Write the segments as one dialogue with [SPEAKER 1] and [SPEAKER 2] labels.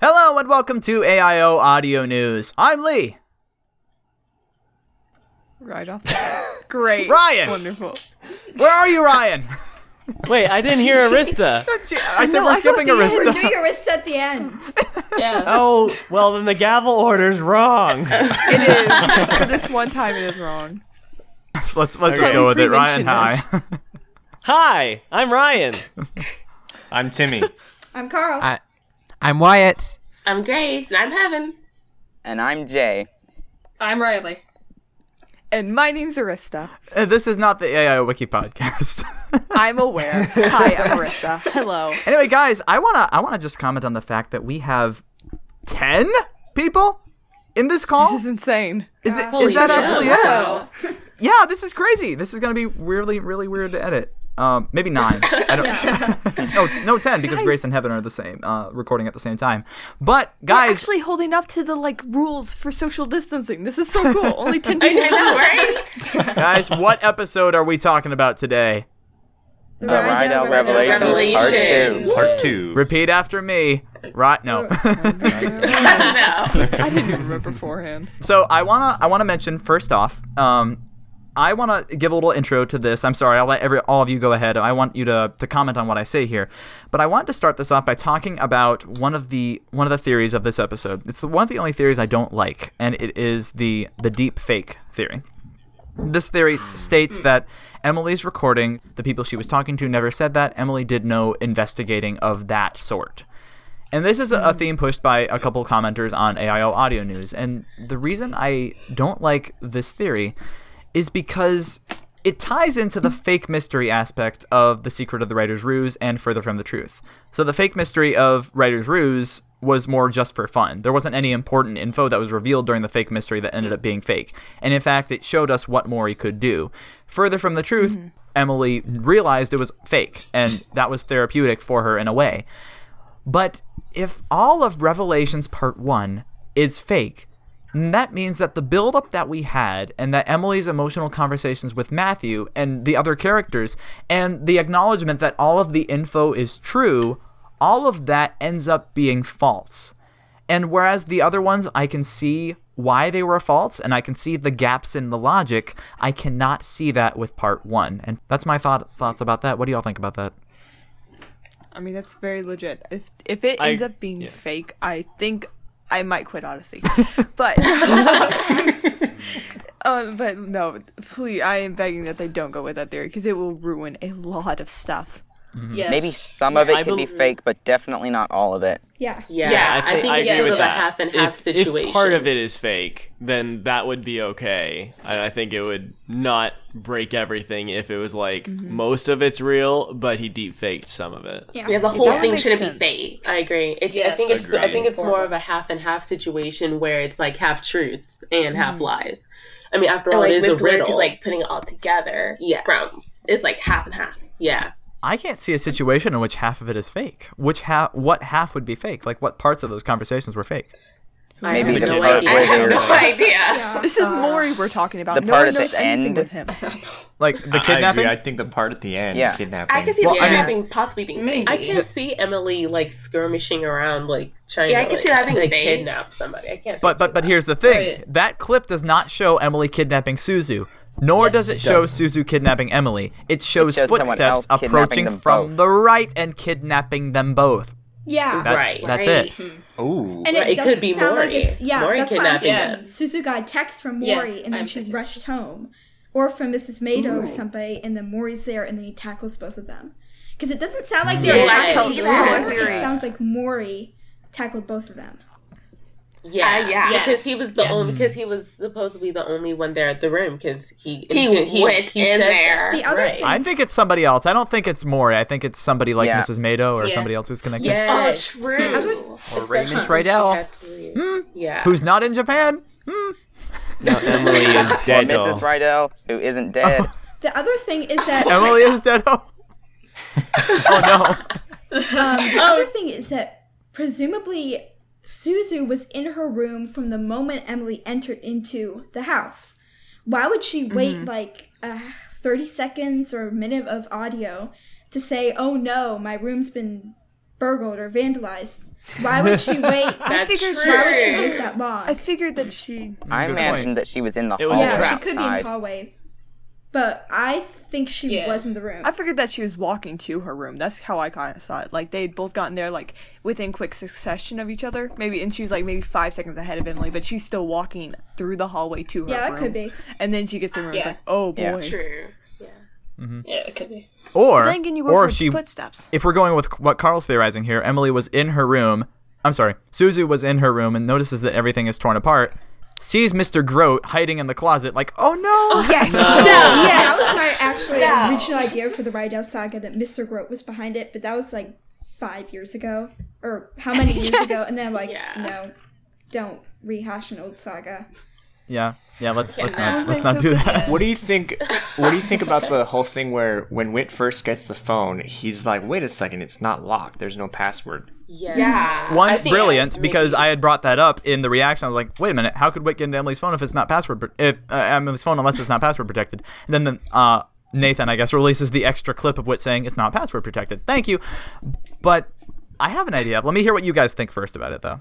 [SPEAKER 1] Hello and welcome to AIO Audio News. I'm Lee.
[SPEAKER 2] Right off. Great.
[SPEAKER 1] Ryan!
[SPEAKER 2] Wonderful.
[SPEAKER 1] Where are you, Ryan?
[SPEAKER 3] Wait, I didn't hear Arista.
[SPEAKER 1] Gee, I said
[SPEAKER 2] know,
[SPEAKER 1] we're
[SPEAKER 2] I thought
[SPEAKER 1] skipping
[SPEAKER 2] the end
[SPEAKER 4] We're
[SPEAKER 1] Arista.
[SPEAKER 4] doing your wrists at the end.
[SPEAKER 5] Yeah.
[SPEAKER 3] Oh, well, then the gavel order's wrong.
[SPEAKER 2] It is. For this one time, it is wrong.
[SPEAKER 1] Let's let's just
[SPEAKER 6] Okay.
[SPEAKER 1] go with it, Ryan.
[SPEAKER 2] Prevention
[SPEAKER 1] Hi.
[SPEAKER 3] Hi, I'm Ryan.
[SPEAKER 6] I'm Timmy.
[SPEAKER 4] I'm Carl.
[SPEAKER 7] I- I'm Wyatt.
[SPEAKER 5] I'm Grace.
[SPEAKER 8] I'm Heaven.
[SPEAKER 9] And I'm Jay.
[SPEAKER 5] I'm Riley.
[SPEAKER 2] And my name's Arista.
[SPEAKER 1] Uh, this is not the AIO Wiki podcast.
[SPEAKER 2] I'm aware. Hi, I'm Arista. Hello.
[SPEAKER 1] anyway, guys, I wanna I wanna just comment on the fact that we have ten people in this call.
[SPEAKER 2] This is insane.
[SPEAKER 1] Is, that
[SPEAKER 5] Holy
[SPEAKER 1] is that
[SPEAKER 5] shit.
[SPEAKER 1] actually it?
[SPEAKER 4] Wow.
[SPEAKER 1] Yeah, this is crazy. This is gonna be really really weird to edit. Um, maybe nine. I don't. no, no, ten because Grace and Heaven are the same, uh, recording at the same time. But
[SPEAKER 2] We're
[SPEAKER 1] guys,
[SPEAKER 2] actually holding up to the like rules for social distancing. This is so cool. Only ten
[SPEAKER 8] I know,
[SPEAKER 2] people.
[SPEAKER 8] right?
[SPEAKER 1] guys, what episode are we talking about today?
[SPEAKER 4] The
[SPEAKER 9] Uh, Rydell Revelations,
[SPEAKER 8] Revelations.
[SPEAKER 9] Part
[SPEAKER 6] Part
[SPEAKER 9] 2.
[SPEAKER 6] two.
[SPEAKER 1] Repeat after me. Right? No.
[SPEAKER 8] no.
[SPEAKER 2] I didn't even remember beforehand.
[SPEAKER 1] so I wanna I wanna mention first off. Um, I wanna give a little intro to this. I'm sorry. I'll let every all of you go ahead. I want you to to comment on what I say here. But I wanted to start this off by talking about one of the one of the theories of this episode. It's one of the only theories I don't like, and it is the the deep fake theory. This theory states that Emily's recording, the people she was talking to never said that. Emily did no investigating of that sort. And this is a, a theme pushed by a couple commenters on AIO Audio News. And the reason I don't like this theory is because it ties into the fake mystery aspect of The Secret of the Writer's Ruse and Further from the Truth. So the fake mystery of Writer's Ruse was more just for fun. There wasn't any important info that was revealed during the fake mystery that ended up being fake. And in fact, it showed us what Maury could do. Further from the Truth, Emily realized it was fake, and that was therapeutic for her in a way. But if all of Revelations Part 1 is fake, then that means that the buildup that we had and that Emily's emotional conversations with Matthew and the other characters and the acknowledgement that all of the info is true, all of that ends up being false. And whereas the other ones, I can see why they were false and I can see the gaps in the logic, I cannot see that with part one. And that's my thoughts thoughts about that. What do y'all think about that?
[SPEAKER 2] I mean, that's very legit. If if it
[SPEAKER 3] I-
[SPEAKER 2] ends up being
[SPEAKER 3] yeah.
[SPEAKER 2] fake, I think I might quit Odyssey. but um, but no, please, I am begging that they don't go with that theory because it will ruin a lot of stuff.
[SPEAKER 5] Mm-hmm. Yes.
[SPEAKER 9] Maybe some of it
[SPEAKER 3] I
[SPEAKER 9] can be
[SPEAKER 3] bel-
[SPEAKER 9] fake, but definitely not all of it.
[SPEAKER 4] Yeah.
[SPEAKER 8] Yeah, I think, it's
[SPEAKER 3] agree
[SPEAKER 8] sort
[SPEAKER 3] with
[SPEAKER 8] of
[SPEAKER 3] that.
[SPEAKER 8] a half and half
[SPEAKER 3] if,
[SPEAKER 8] situation.
[SPEAKER 3] If part of it is fake, then that would be okay. I, I think it would not break everything if it was like
[SPEAKER 8] Mm-hmm.
[SPEAKER 3] most of it's real, but he deep faked some of it.
[SPEAKER 4] Yeah.
[SPEAKER 8] yeah, the whole
[SPEAKER 2] would
[SPEAKER 8] thing
[SPEAKER 2] make
[SPEAKER 8] shouldn't
[SPEAKER 2] sense.
[SPEAKER 8] be fake. I agree. It's, I
[SPEAKER 5] Yes.
[SPEAKER 8] think it's I
[SPEAKER 3] Agreed.
[SPEAKER 8] think it's more of a half and half situation where it's like half truths and half lies. I mean, after all,
[SPEAKER 5] Mm-hmm. like
[SPEAKER 8] it is
[SPEAKER 5] Mr.
[SPEAKER 8] a
[SPEAKER 5] Work
[SPEAKER 8] riddle.
[SPEAKER 5] is like putting it all together.
[SPEAKER 8] Yeah.
[SPEAKER 5] From it's like half and half.
[SPEAKER 8] yeah,
[SPEAKER 1] I can't see a situation in which half of it is fake. Which half? What half would be fake? Like what parts of those conversations were fake?
[SPEAKER 9] Maybe
[SPEAKER 8] I have
[SPEAKER 9] the
[SPEAKER 8] no
[SPEAKER 9] part
[SPEAKER 8] idea.
[SPEAKER 9] where
[SPEAKER 8] I have no
[SPEAKER 9] they're-
[SPEAKER 8] idea.
[SPEAKER 2] This is Maury we're talking about.
[SPEAKER 9] the
[SPEAKER 2] no
[SPEAKER 9] part
[SPEAKER 2] one
[SPEAKER 9] at the
[SPEAKER 2] knows anything
[SPEAKER 9] end-
[SPEAKER 2] with him.
[SPEAKER 1] Like the
[SPEAKER 6] I- I,
[SPEAKER 1] kidnapping?
[SPEAKER 6] agree. I think the part at the end,
[SPEAKER 9] Yeah.
[SPEAKER 6] the kidnapping.
[SPEAKER 5] I can see
[SPEAKER 1] Well,
[SPEAKER 5] the
[SPEAKER 1] I mean-
[SPEAKER 5] kidnapping possibly being
[SPEAKER 4] Maybe.
[SPEAKER 5] maybe.
[SPEAKER 8] I can see Emily like skirmishing around, like trying.
[SPEAKER 5] Yeah, I
[SPEAKER 8] to,
[SPEAKER 5] can
[SPEAKER 8] like,
[SPEAKER 5] see that being
[SPEAKER 8] like,
[SPEAKER 5] fake.
[SPEAKER 8] kidnap somebody. I can't.
[SPEAKER 1] but but but here's the thing.
[SPEAKER 5] Right.
[SPEAKER 1] That clip does not show Emily kidnapping Suzu, nor does it show Suzu kidnapping Emily. It shows,
[SPEAKER 9] shows someone
[SPEAKER 1] footsteps
[SPEAKER 9] else kidnapping
[SPEAKER 1] approaching
[SPEAKER 9] them
[SPEAKER 1] from
[SPEAKER 9] both.
[SPEAKER 1] the right and kidnapping them both.
[SPEAKER 4] Yeah.
[SPEAKER 1] That's
[SPEAKER 8] Right.
[SPEAKER 1] that's it.
[SPEAKER 6] Ooh.
[SPEAKER 4] and
[SPEAKER 8] Right, it
[SPEAKER 4] doesn't
[SPEAKER 8] could be
[SPEAKER 4] sound like
[SPEAKER 8] Maury.
[SPEAKER 4] it's yeah.
[SPEAKER 8] Maury
[SPEAKER 4] that's what I'm
[SPEAKER 8] kidnapping
[SPEAKER 4] thinking. Suzu got a text from
[SPEAKER 5] Yeah,
[SPEAKER 4] Maury, and then
[SPEAKER 5] I'm
[SPEAKER 4] she
[SPEAKER 5] thinking.
[SPEAKER 4] rushed home, or from Mrs. Mado or somebody, and then Maury's there, and then he tackles both of them. Because it doesn't sound like they're
[SPEAKER 8] Yeah.
[SPEAKER 4] attacking each
[SPEAKER 5] Yeah.
[SPEAKER 4] other. It
[SPEAKER 2] Yeah.
[SPEAKER 4] sounds like Maury tackled both of them.
[SPEAKER 8] Yeah,
[SPEAKER 5] Uh, yeah.
[SPEAKER 8] because he
[SPEAKER 5] Yes.
[SPEAKER 8] was the
[SPEAKER 5] Yes.
[SPEAKER 8] only because he was supposedly the only one there at the room because he
[SPEAKER 5] He, went
[SPEAKER 8] said
[SPEAKER 5] in there.
[SPEAKER 4] The other
[SPEAKER 8] Right.
[SPEAKER 4] thing,
[SPEAKER 1] I think it's somebody else. I don't think it's Maury. I think it's somebody like
[SPEAKER 9] Yeah.
[SPEAKER 1] Mrs. Mado Oh, or
[SPEAKER 5] Yeah.
[SPEAKER 1] somebody else who's connected.
[SPEAKER 8] Yeah,
[SPEAKER 4] Oh,
[SPEAKER 5] true.
[SPEAKER 6] or Raymond
[SPEAKER 1] Right now,
[SPEAKER 8] yeah.
[SPEAKER 1] Hmm? who's not in Japan? Hmm.
[SPEAKER 3] No, Emily is
[SPEAKER 9] Or
[SPEAKER 3] dead.
[SPEAKER 9] Mrs. Rydell, who isn't dead.
[SPEAKER 4] the other thing is that
[SPEAKER 1] Emily is dead. Oh, oh no.
[SPEAKER 4] um, The other thing is that presumably Suzu was in her room from the moment Emily entered into the house. Why would she wait like uh, 30 seconds or a minute of audio to say, oh no, my room's been burgled or vandalized. Why would she wait?
[SPEAKER 8] That's
[SPEAKER 2] figured-
[SPEAKER 8] true.
[SPEAKER 4] Why would she wait that long?
[SPEAKER 2] I figured that she.
[SPEAKER 9] I
[SPEAKER 1] Good
[SPEAKER 9] imagined
[SPEAKER 1] point.
[SPEAKER 9] that she was in the
[SPEAKER 3] It
[SPEAKER 9] hall
[SPEAKER 3] was a
[SPEAKER 4] yeah, she
[SPEAKER 3] trap.
[SPEAKER 4] could be in the
[SPEAKER 9] outside.
[SPEAKER 4] hallway, but I think she
[SPEAKER 5] Yeah.
[SPEAKER 4] was in the room.
[SPEAKER 2] I figured that she was walking to her room. That's how I kind of saw it. Like they'd both gotten there like within quick succession of each other, maybe, and she was like maybe five seconds ahead of Emily, but she's still walking through the hallway to her.
[SPEAKER 4] Yeah, that
[SPEAKER 2] room.
[SPEAKER 4] could be.
[SPEAKER 2] And then she gets in the room. It's
[SPEAKER 5] Yeah.
[SPEAKER 2] like, oh boy.
[SPEAKER 9] Yeah,
[SPEAKER 5] True. Yeah. Yeah, it could be.
[SPEAKER 1] Mm-hmm. Or
[SPEAKER 2] Then again, you go
[SPEAKER 1] or
[SPEAKER 2] for
[SPEAKER 1] she
[SPEAKER 2] footsteps.
[SPEAKER 1] if we're going with what Carl's theorizing here, Emily was in her room. I'm sorry, Suzu was in her room and notices that everything is torn apart. Sees Mr. Groat hiding in the closet, like, oh no!
[SPEAKER 2] Yes.
[SPEAKER 4] that
[SPEAKER 2] yes.
[SPEAKER 4] was my actually original idea for the Rydell saga that Mr. Grote was behind it, but that was like five years ago or how many years ago? And then I'm like,
[SPEAKER 5] Yeah.
[SPEAKER 4] no, don't rehash an old saga.
[SPEAKER 1] Yeah, yeah. Let's let's not let's not do that.
[SPEAKER 6] What do you think? What do you think about the whole thing where when Wit first gets the phone, he's like, "Wait a second, it's not locked. There's no password."
[SPEAKER 8] Yeah.
[SPEAKER 5] Yeah. I
[SPEAKER 1] One
[SPEAKER 5] think
[SPEAKER 1] brilliant
[SPEAKER 5] maybe
[SPEAKER 1] because I had brought that up in the reaction. I was like, "Wait a minute, how could Wit get into Emily's phone if it's not password pro- if uh, Emily's phone unless it's not password protected?" And then the, uh, Nathan, I guess, releases the extra clip of Wit saying it's not password protected. Thank you, but I have an idea. Let me hear what you guys think first about it, though.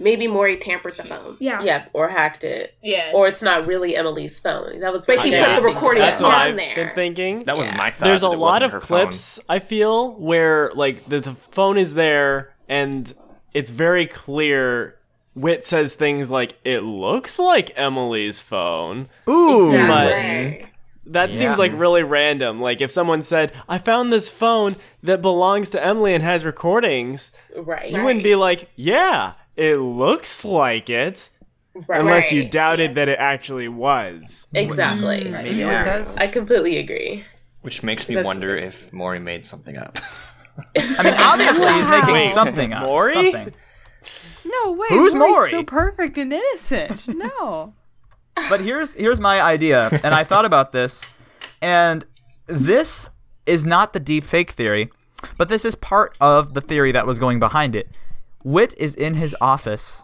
[SPEAKER 5] Maybe Maury tampered the phone.
[SPEAKER 4] Yeah.
[SPEAKER 8] Yeah, or hacked it.
[SPEAKER 5] Yeah.
[SPEAKER 8] Or it's not really Emily's phone. That was
[SPEAKER 5] But he
[SPEAKER 8] my
[SPEAKER 5] put the
[SPEAKER 8] thinking.
[SPEAKER 5] recording
[SPEAKER 3] That's what
[SPEAKER 5] on
[SPEAKER 3] I've
[SPEAKER 5] there.
[SPEAKER 3] been thinking.
[SPEAKER 6] That was my thought.
[SPEAKER 3] There's a
[SPEAKER 6] that it
[SPEAKER 3] lot
[SPEAKER 6] wasn't
[SPEAKER 3] of
[SPEAKER 6] her
[SPEAKER 3] clips I feel where like the, the phone is there and it's very clear. Wit says things like "It looks like Emily's phone."
[SPEAKER 1] Ooh,
[SPEAKER 5] Right.
[SPEAKER 3] That seems like really random. Like if someone said, "I found this phone that belongs to Emily and has recordings,"
[SPEAKER 8] Right.
[SPEAKER 3] you wouldn't be like, "Yeah, it looks like it," unless you
[SPEAKER 5] Right.
[SPEAKER 3] doubted that it actually was.
[SPEAKER 8] Exactly.
[SPEAKER 6] Mm, Maybe
[SPEAKER 9] Yeah.
[SPEAKER 6] it
[SPEAKER 8] I completely agree.
[SPEAKER 6] Which makes me
[SPEAKER 8] That's-
[SPEAKER 6] wonder if Maury made something up.
[SPEAKER 1] I mean, obviously he's making
[SPEAKER 3] Wait,
[SPEAKER 1] something up.
[SPEAKER 3] Maury?
[SPEAKER 1] Something.
[SPEAKER 2] No way.
[SPEAKER 1] Who's
[SPEAKER 2] Maury's
[SPEAKER 1] Maury?
[SPEAKER 2] So perfect and innocent. No.
[SPEAKER 1] But here's here's my idea, and I thought about this, and this is not the deep fake theory, but this is part of the theory that was going behind it. Wit is in his office,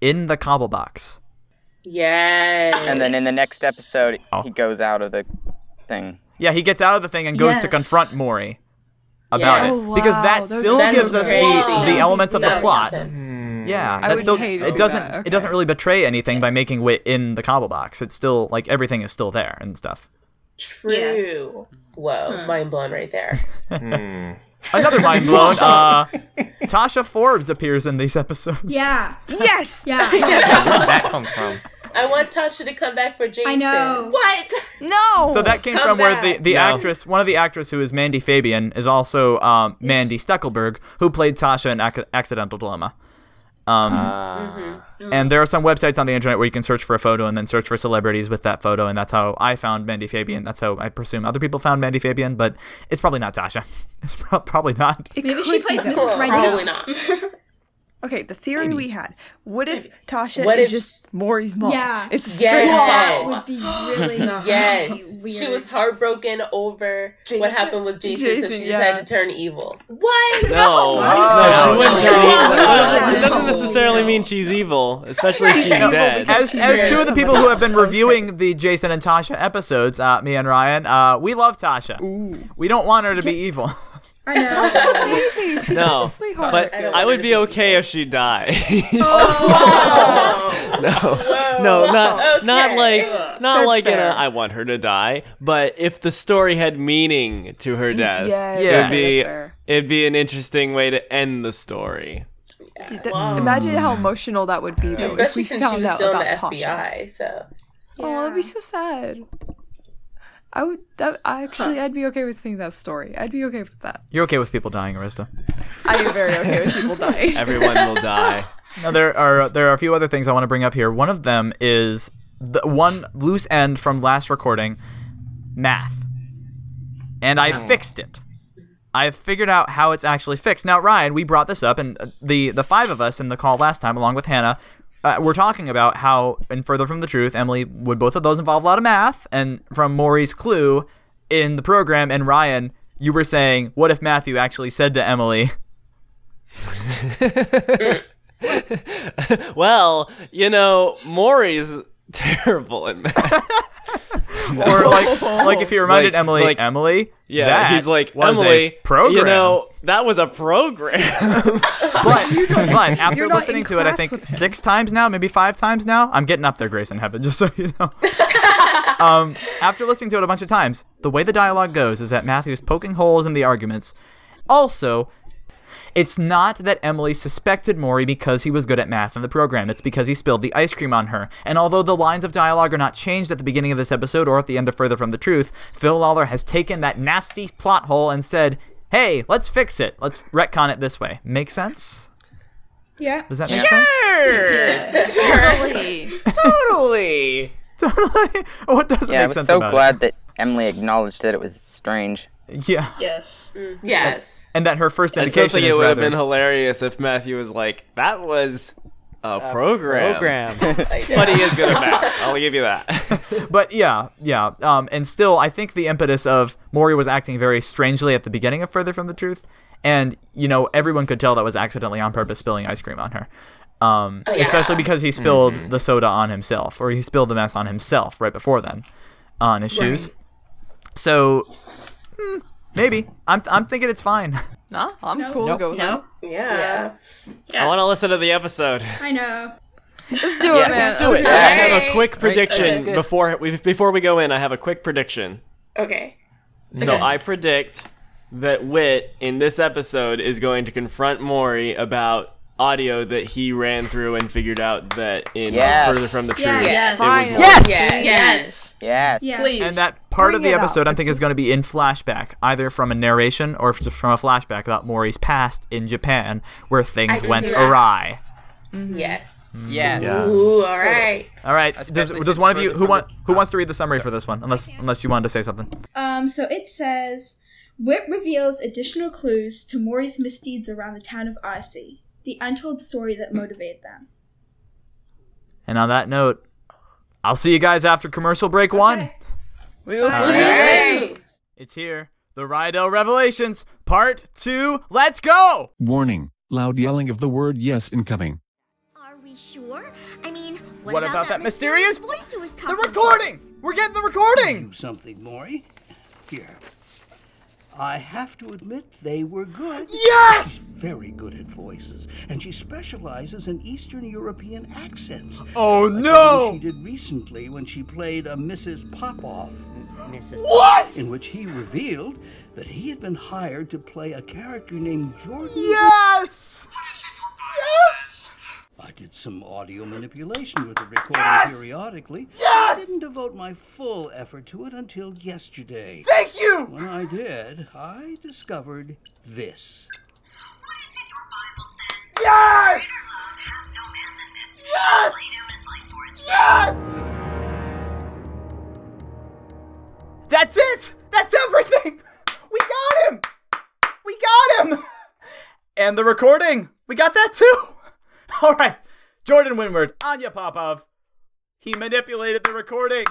[SPEAKER 1] in the cobble box.
[SPEAKER 8] Yes.
[SPEAKER 9] And then in the next episode, he goes out of the thing.
[SPEAKER 1] Yeah, he gets out of the thing and goes to
[SPEAKER 6] Yes.
[SPEAKER 1] confront Maury
[SPEAKER 8] Yes.
[SPEAKER 1] about it
[SPEAKER 8] Oh,
[SPEAKER 2] wow.
[SPEAKER 1] because that
[SPEAKER 2] Those-
[SPEAKER 1] still
[SPEAKER 8] That's
[SPEAKER 1] gives us
[SPEAKER 8] crazy.
[SPEAKER 1] the the elements of
[SPEAKER 5] That
[SPEAKER 1] the
[SPEAKER 5] makes
[SPEAKER 1] plot.
[SPEAKER 5] sense.
[SPEAKER 1] Yeah,
[SPEAKER 2] I
[SPEAKER 1] that
[SPEAKER 2] would
[SPEAKER 1] still
[SPEAKER 2] hate to
[SPEAKER 1] it
[SPEAKER 2] do
[SPEAKER 1] doesn't
[SPEAKER 2] that, okay.
[SPEAKER 1] it doesn't really betray anything by making Wit in the cobble box. It's still like everything is still there and stuff.
[SPEAKER 8] True. Whoa, mind blown right there.
[SPEAKER 1] Another mind blown. Uh, Tasha Forbes appears in these episodes.
[SPEAKER 4] Yeah,
[SPEAKER 2] Yes.
[SPEAKER 4] yeah.
[SPEAKER 6] Where'd that come from?
[SPEAKER 8] I want Tasha to come back for Jason.
[SPEAKER 4] I know.
[SPEAKER 5] What?
[SPEAKER 2] No.
[SPEAKER 1] So that came
[SPEAKER 8] Come
[SPEAKER 1] from where the,
[SPEAKER 8] back.
[SPEAKER 1] the
[SPEAKER 3] No.
[SPEAKER 1] actress, one of the actress who is Mandy Fabian, is also um, Mandy Steckelberg, who played Tasha in Ac- Accidental Dilemma. Um,
[SPEAKER 8] Mm-hmm.
[SPEAKER 1] And there are some websites on the internet where you can search for a photo and then search for celebrities with that photo, and that's how I found Mandy Fabian. That's how I presume other people found Mandy Fabian, but it's probably not Tasha. It's pro- probably not.
[SPEAKER 4] Maybe she plays Mrs.
[SPEAKER 5] Probably
[SPEAKER 4] Rydell.
[SPEAKER 5] not.
[SPEAKER 2] Okay, the theory we had. What if Tasha
[SPEAKER 8] What
[SPEAKER 2] is
[SPEAKER 8] if-
[SPEAKER 2] just Maury's mom?
[SPEAKER 4] Yeah.
[SPEAKER 2] It's a straight
[SPEAKER 8] Yes.
[SPEAKER 4] That would be really
[SPEAKER 8] Yes.
[SPEAKER 4] weird.
[SPEAKER 8] She was heartbroken over what happened with Jason, so
[SPEAKER 2] Jason,
[SPEAKER 8] she
[SPEAKER 2] yeah.
[SPEAKER 8] decided to turn evil.
[SPEAKER 5] What?
[SPEAKER 3] No,
[SPEAKER 1] No.
[SPEAKER 3] no, she wouldn't
[SPEAKER 1] No.
[SPEAKER 3] turn evil. It doesn't, it
[SPEAKER 4] No.
[SPEAKER 3] doesn't necessarily mean she's evil, especially if she's
[SPEAKER 1] No,
[SPEAKER 3] dead.
[SPEAKER 1] As, as two of the people who have been reviewing the Jason and Tasha episodes, uh, me and Ryan, uh, we love Tasha. We don't want her to be evil.
[SPEAKER 4] I know.
[SPEAKER 2] Amazing. She's
[SPEAKER 3] No,
[SPEAKER 2] such a sweetheart.
[SPEAKER 3] but
[SPEAKER 8] I don't
[SPEAKER 3] I would
[SPEAKER 8] wanna
[SPEAKER 3] be
[SPEAKER 8] be
[SPEAKER 3] okay if she died.
[SPEAKER 8] Oh.
[SPEAKER 3] no, no, not not
[SPEAKER 8] Okay.
[SPEAKER 3] like not
[SPEAKER 2] That's
[SPEAKER 3] like in a,
[SPEAKER 2] fair.
[SPEAKER 3] I want her to die. But if the story had meaning to her death,
[SPEAKER 2] yeah,
[SPEAKER 1] Yeah.
[SPEAKER 3] it'd
[SPEAKER 1] that's
[SPEAKER 3] be
[SPEAKER 2] fair.
[SPEAKER 3] it'd be an interesting way to end the story.
[SPEAKER 2] Dude, that- imagine how emotional that would be, though, if
[SPEAKER 8] Especially
[SPEAKER 2] we
[SPEAKER 8] since she
[SPEAKER 2] found
[SPEAKER 8] was
[SPEAKER 2] out
[SPEAKER 8] still in
[SPEAKER 2] about
[SPEAKER 8] the
[SPEAKER 2] Tasha.
[SPEAKER 8] FBI, so
[SPEAKER 2] Oh, that'd be so sad. I would. That I actually, I'd be okay with seeing that story. I'd be okay with that.
[SPEAKER 1] You're okay with people dying, Arista.
[SPEAKER 2] I'd be very okay with people dying.
[SPEAKER 3] Everyone will die.
[SPEAKER 1] Now there are there are a few other things I want to bring up here. One of them is the one loose end from last recording, math. And I
[SPEAKER 3] Oh.
[SPEAKER 1] fixed it. I've figured out how it's actually fixed. Now, Ryan, we brought this up, and uh, the the five of us in the call last time, along with Hannah, uh, were talking about how, and further from the truth, Emily would both of those involve a lot of math, and from Maury's clue in the program, and Ryan, you were saying, what if Matthew actually said to Emily,
[SPEAKER 3] Well, you know, Maury's terrible at math.
[SPEAKER 1] or like like if he reminded
[SPEAKER 3] Like-
[SPEAKER 1] Emily,
[SPEAKER 3] like-
[SPEAKER 1] Emily,
[SPEAKER 3] Yeah,
[SPEAKER 1] that
[SPEAKER 3] he's like
[SPEAKER 1] was a
[SPEAKER 3] Emily.
[SPEAKER 1] program.
[SPEAKER 3] You know that was a program.
[SPEAKER 1] but, but after
[SPEAKER 2] not
[SPEAKER 1] listening
[SPEAKER 2] in
[SPEAKER 1] to it, I
[SPEAKER 2] class
[SPEAKER 1] think
[SPEAKER 2] with
[SPEAKER 1] six times now, maybe five times now. I'm getting up there, Grace in heaven, just so you know. um, after listening to it a bunch of times, the way the dialogue goes is that Matthew's poking holes in the arguments. Also, it's not that Emily suspected Maury because he was good at math in the program. It's because he spilled the ice cream on her. And although the lines of dialogue are not changed at the beginning of this episode or at the end of Further From the Truth, Phil Lawler has taken that nasty plot hole and said, Hey, let's fix it. Let's retcon it this way. Make sense?
[SPEAKER 4] Yeah.
[SPEAKER 1] Does that make sense?
[SPEAKER 10] Surely.
[SPEAKER 3] totally.
[SPEAKER 1] what doesn't
[SPEAKER 9] Yeah, I
[SPEAKER 1] make
[SPEAKER 9] was
[SPEAKER 1] sense
[SPEAKER 9] so
[SPEAKER 1] about
[SPEAKER 9] glad that Emily acknowledged that it was strange.
[SPEAKER 1] it? Yeah,
[SPEAKER 10] Yes.
[SPEAKER 8] Mm. Yes.
[SPEAKER 1] and that her first
[SPEAKER 3] I still
[SPEAKER 1] indication
[SPEAKER 3] think
[SPEAKER 1] is
[SPEAKER 3] it would have
[SPEAKER 1] rather.
[SPEAKER 3] been hilarious if Matthew was like, "That was a, program." but he is good at that. I'll give you that.
[SPEAKER 1] but yeah, yeah. Um, and still, I think the impetus of Maury was acting very strangely at the beginning of Further From the Truth, and you know everyone could tell that was accidentally on purpose spilling ice cream on her. Um,
[SPEAKER 2] Oh,
[SPEAKER 1] especially because he spilled the soda on himself, or he spilled the mess on himself right before then, on his shoes. So, hmm, maybe I'm I'm thinking it's fine.
[SPEAKER 2] Nah, I'm cool to go with
[SPEAKER 10] No.
[SPEAKER 8] Yeah. yeah.
[SPEAKER 3] I want to listen to the episode.
[SPEAKER 4] I know.
[SPEAKER 2] that. Do it, man.
[SPEAKER 3] Do it. I have a
[SPEAKER 10] Yay.
[SPEAKER 3] quick prediction
[SPEAKER 10] Okay, good.
[SPEAKER 3] before we before we go in. I have a quick prediction.
[SPEAKER 8] Okay.
[SPEAKER 3] So I predict that Wit in this episode is going to confront Maury about audio that he ran through and figured out that in
[SPEAKER 9] Yes.
[SPEAKER 3] Further From the Truth.
[SPEAKER 4] Yes.
[SPEAKER 3] it was
[SPEAKER 10] Yes.
[SPEAKER 5] Yeah.
[SPEAKER 10] Yes.
[SPEAKER 9] Yeah.
[SPEAKER 4] Yeah.
[SPEAKER 10] Please.
[SPEAKER 1] And that part of
[SPEAKER 2] Bring
[SPEAKER 1] the
[SPEAKER 2] it up.
[SPEAKER 1] episode, I think, is going to be in flashback, either from a narration or just from a flashback about Maury's past in Japan, where things
[SPEAKER 5] can
[SPEAKER 1] went
[SPEAKER 5] see that.
[SPEAKER 1] awry.
[SPEAKER 5] Yes.
[SPEAKER 10] Yes.
[SPEAKER 5] Ooh, all right.
[SPEAKER 1] All right, does,
[SPEAKER 7] Especially
[SPEAKER 1] does
[SPEAKER 7] since
[SPEAKER 1] one of you
[SPEAKER 7] further
[SPEAKER 1] who
[SPEAKER 7] from
[SPEAKER 1] want
[SPEAKER 7] the-
[SPEAKER 1] who wants to read the summary for this one? Unless unless you wanted to say something.
[SPEAKER 4] Um, so it says Whit reveals additional clues to Maury's misdeeds around the town of Odyssey, the untold story that motivated them.
[SPEAKER 1] And on that note, I'll see you guys after commercial break one. It's here, the Rydell Revelations Part Two. Let's go.
[SPEAKER 11] Warning. Loud yelling of the word yes incoming.
[SPEAKER 12] Are we sure? I mean,
[SPEAKER 1] What, about, that mysterious?
[SPEAKER 12] voice who was
[SPEAKER 1] the
[SPEAKER 12] talking? to
[SPEAKER 1] recording.
[SPEAKER 12] us?
[SPEAKER 1] We're getting the recording.
[SPEAKER 11] Something, Maury? Here. I have to admit, they were good.
[SPEAKER 1] Yes.
[SPEAKER 11] Very good at voices, and she specializes in Eastern European accents.
[SPEAKER 1] Oh
[SPEAKER 11] She
[SPEAKER 1] no.
[SPEAKER 11] did recently when she played a Mrs. Popoff,
[SPEAKER 1] What?
[SPEAKER 11] in which he revealed that he had been hired to play a character named Jordan.
[SPEAKER 1] Yes. Yes.
[SPEAKER 11] I did some audio manipulation with the recording
[SPEAKER 1] Yes!
[SPEAKER 11] periodically.
[SPEAKER 1] Yes!
[SPEAKER 11] I didn't devote my full effort to it until yesterday.
[SPEAKER 1] Thank you!
[SPEAKER 11] When I did, I discovered this.
[SPEAKER 1] Yes! Yes! Yes! That's it! That's everything! We got him! We got him! And the recording! We got that too! Alright, Jordan Windward, Anya Popov. He manipulated the recording.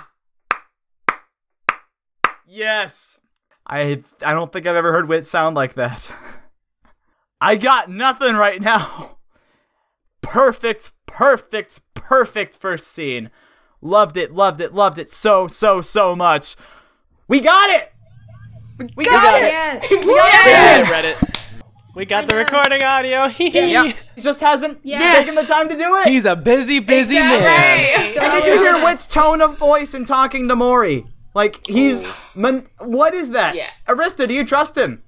[SPEAKER 1] Yes. I I don't think I've ever heard Wit sound like that. I got nothing right now. Perfect, perfect, perfect first scene. Loved it, loved it, loved it so, so, so much. We got it! We got, it!
[SPEAKER 4] Yes.
[SPEAKER 3] Yeah, Reddit. We got the recording audio.
[SPEAKER 1] He just hasn't
[SPEAKER 4] Yes.
[SPEAKER 1] taken the time to do it.
[SPEAKER 3] He's a busy, busy man.
[SPEAKER 1] and did you hear Wit's tone of voice in talking to Maury? Like, he's. Man- what is that?
[SPEAKER 8] Yeah.
[SPEAKER 1] Arista, do you trust him?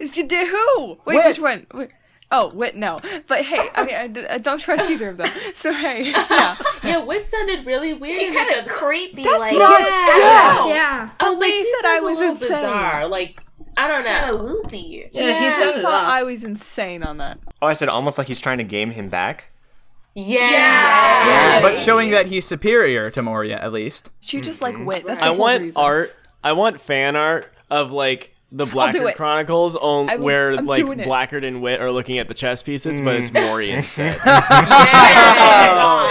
[SPEAKER 2] It's- did who? Wait,
[SPEAKER 1] Wit.
[SPEAKER 2] which one? Wait. Oh, wait, no. But hey, I mean, I d- I don't trust either of them. So hey, yeah.
[SPEAKER 8] Yeah, which sounded really weird. in
[SPEAKER 10] He
[SPEAKER 8] this
[SPEAKER 10] kind of
[SPEAKER 8] episode.
[SPEAKER 10] creepy. like,
[SPEAKER 8] Yeah.
[SPEAKER 2] yeah.
[SPEAKER 4] Yeah.
[SPEAKER 8] I was
[SPEAKER 2] But
[SPEAKER 8] like,
[SPEAKER 2] they
[SPEAKER 8] he
[SPEAKER 2] said I
[SPEAKER 8] sounds a
[SPEAKER 2] was
[SPEAKER 8] little
[SPEAKER 2] insane.
[SPEAKER 8] bizarre. Like, I don't
[SPEAKER 10] Kind
[SPEAKER 8] know.
[SPEAKER 10] of loopy.
[SPEAKER 4] Yeah, he
[SPEAKER 2] I
[SPEAKER 4] sounded
[SPEAKER 2] thought I was insane on that.
[SPEAKER 6] Oh, I said almost like he's trying to game him back.
[SPEAKER 8] Yeah.
[SPEAKER 1] But showing that he's superior to Moria, at least.
[SPEAKER 2] She just like went. That's the
[SPEAKER 3] I
[SPEAKER 2] whole
[SPEAKER 3] want
[SPEAKER 2] reason.
[SPEAKER 3] art. I want fan art of like the
[SPEAKER 2] do
[SPEAKER 3] Blackard
[SPEAKER 2] it.
[SPEAKER 3] Chronicles, on,
[SPEAKER 2] I will-
[SPEAKER 3] where
[SPEAKER 2] I'm
[SPEAKER 3] like
[SPEAKER 2] doing it.
[SPEAKER 3] Blackard and Wit are looking at the chess pieces,
[SPEAKER 1] Mm.
[SPEAKER 3] but it's Maury instead.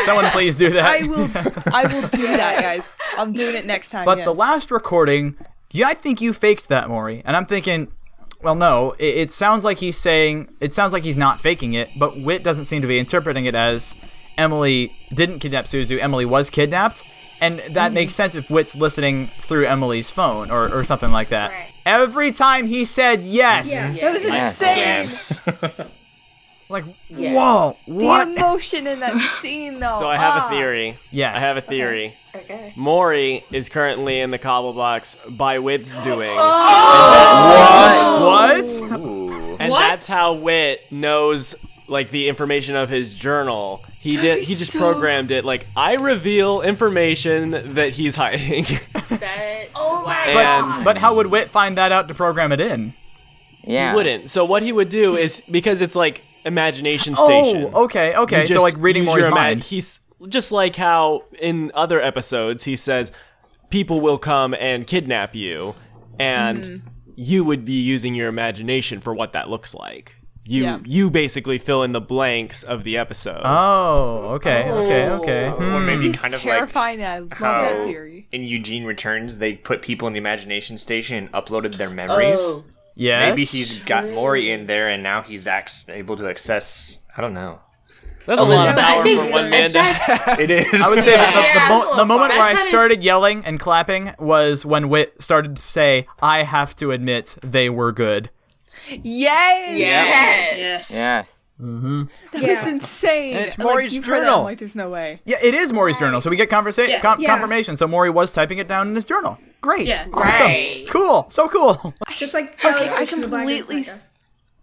[SPEAKER 1] Someone please do that.
[SPEAKER 2] I will. I will do that, guys. I'm doing it next time.
[SPEAKER 1] But the
[SPEAKER 2] yes.
[SPEAKER 1] last recording, yeah, I think you faked that, Maury. And I'm thinking, well, no, it, it sounds like he's saying, it sounds like he's not faking it, but Wit doesn't seem to be interpreting it as Emily didn't kidnap Suzu, Emily was kidnapped. And that makes
[SPEAKER 2] Mm-hmm.
[SPEAKER 1] sense if Wit's listening through Emily's phone or, or something like that. Every time he said yes.
[SPEAKER 2] That was insane.
[SPEAKER 1] like, whoa, what?
[SPEAKER 2] The emotion in that scene, though.
[SPEAKER 3] So I have
[SPEAKER 2] ah.
[SPEAKER 3] a theory.
[SPEAKER 1] Yes.
[SPEAKER 3] I have a theory.
[SPEAKER 2] Okay.
[SPEAKER 3] Maury is currently in the cobble box by Wit's doing.
[SPEAKER 1] What? What?
[SPEAKER 3] And
[SPEAKER 1] What?
[SPEAKER 3] that's how Wit knows like the information of his journal. He
[SPEAKER 5] That'd
[SPEAKER 3] did
[SPEAKER 5] be
[SPEAKER 3] he just
[SPEAKER 5] so-
[SPEAKER 3] programmed it like I reveal information that he's hiding.
[SPEAKER 5] That, oh my
[SPEAKER 3] And-
[SPEAKER 1] But how would Wit find that out to program it in?
[SPEAKER 3] He wouldn't. So what he would do is because it's like imagination
[SPEAKER 1] Oh,
[SPEAKER 3] station.
[SPEAKER 1] okay,
[SPEAKER 3] you
[SPEAKER 1] okay. So,
[SPEAKER 3] just
[SPEAKER 1] like, reading
[SPEAKER 3] use
[SPEAKER 1] Maury's
[SPEAKER 3] your
[SPEAKER 1] mind.
[SPEAKER 3] He's just like how in other episodes he says people will come and kidnap you, and
[SPEAKER 2] Mm-hmm.
[SPEAKER 5] Mhm.
[SPEAKER 3] you would be using your imagination for what that looks like. You
[SPEAKER 5] Yeah.
[SPEAKER 3] you basically fill in the blanks of the episode.
[SPEAKER 1] Oh, okay,
[SPEAKER 6] okay, okay. Or maybe Hmm. kind of like
[SPEAKER 2] terrifying. I love that
[SPEAKER 6] How
[SPEAKER 2] theory.
[SPEAKER 6] in Eugene Returns they put people in the imagination station and uploaded their memories.
[SPEAKER 2] Oh.
[SPEAKER 1] Yes.
[SPEAKER 6] Maybe he's got Maury in there and now he's ac- able to access. I don't know.
[SPEAKER 3] That's
[SPEAKER 1] a lot of power
[SPEAKER 3] I think for one man to have.
[SPEAKER 6] It is.
[SPEAKER 1] I would say that the, the,
[SPEAKER 6] Yeah.
[SPEAKER 1] mo- the moment where I
[SPEAKER 6] That kinda
[SPEAKER 1] started yelling and clapping was when Wit started to say, I have to admit they were good.
[SPEAKER 2] Yes. Yes. Yes.
[SPEAKER 1] Mm-hmm.
[SPEAKER 2] That
[SPEAKER 1] Yeah.
[SPEAKER 2] was insane.
[SPEAKER 1] And it's
[SPEAKER 2] Like,
[SPEAKER 1] Maury's
[SPEAKER 2] you heard that, I'm
[SPEAKER 1] journal.
[SPEAKER 2] Like, there's no way.
[SPEAKER 1] Yeah, it is Maury's journal. So we get conversa-
[SPEAKER 2] Yeah.
[SPEAKER 1] com-
[SPEAKER 2] Yeah.
[SPEAKER 1] confirmation. So Maury was typing it down in his journal. Great.
[SPEAKER 2] Yeah.
[SPEAKER 1] Awesome.
[SPEAKER 2] Right.
[SPEAKER 1] Cool. So cool.
[SPEAKER 4] Just like Kelly
[SPEAKER 2] I
[SPEAKER 4] Fish in the Black Rose
[SPEAKER 2] completely-
[SPEAKER 4] Saga.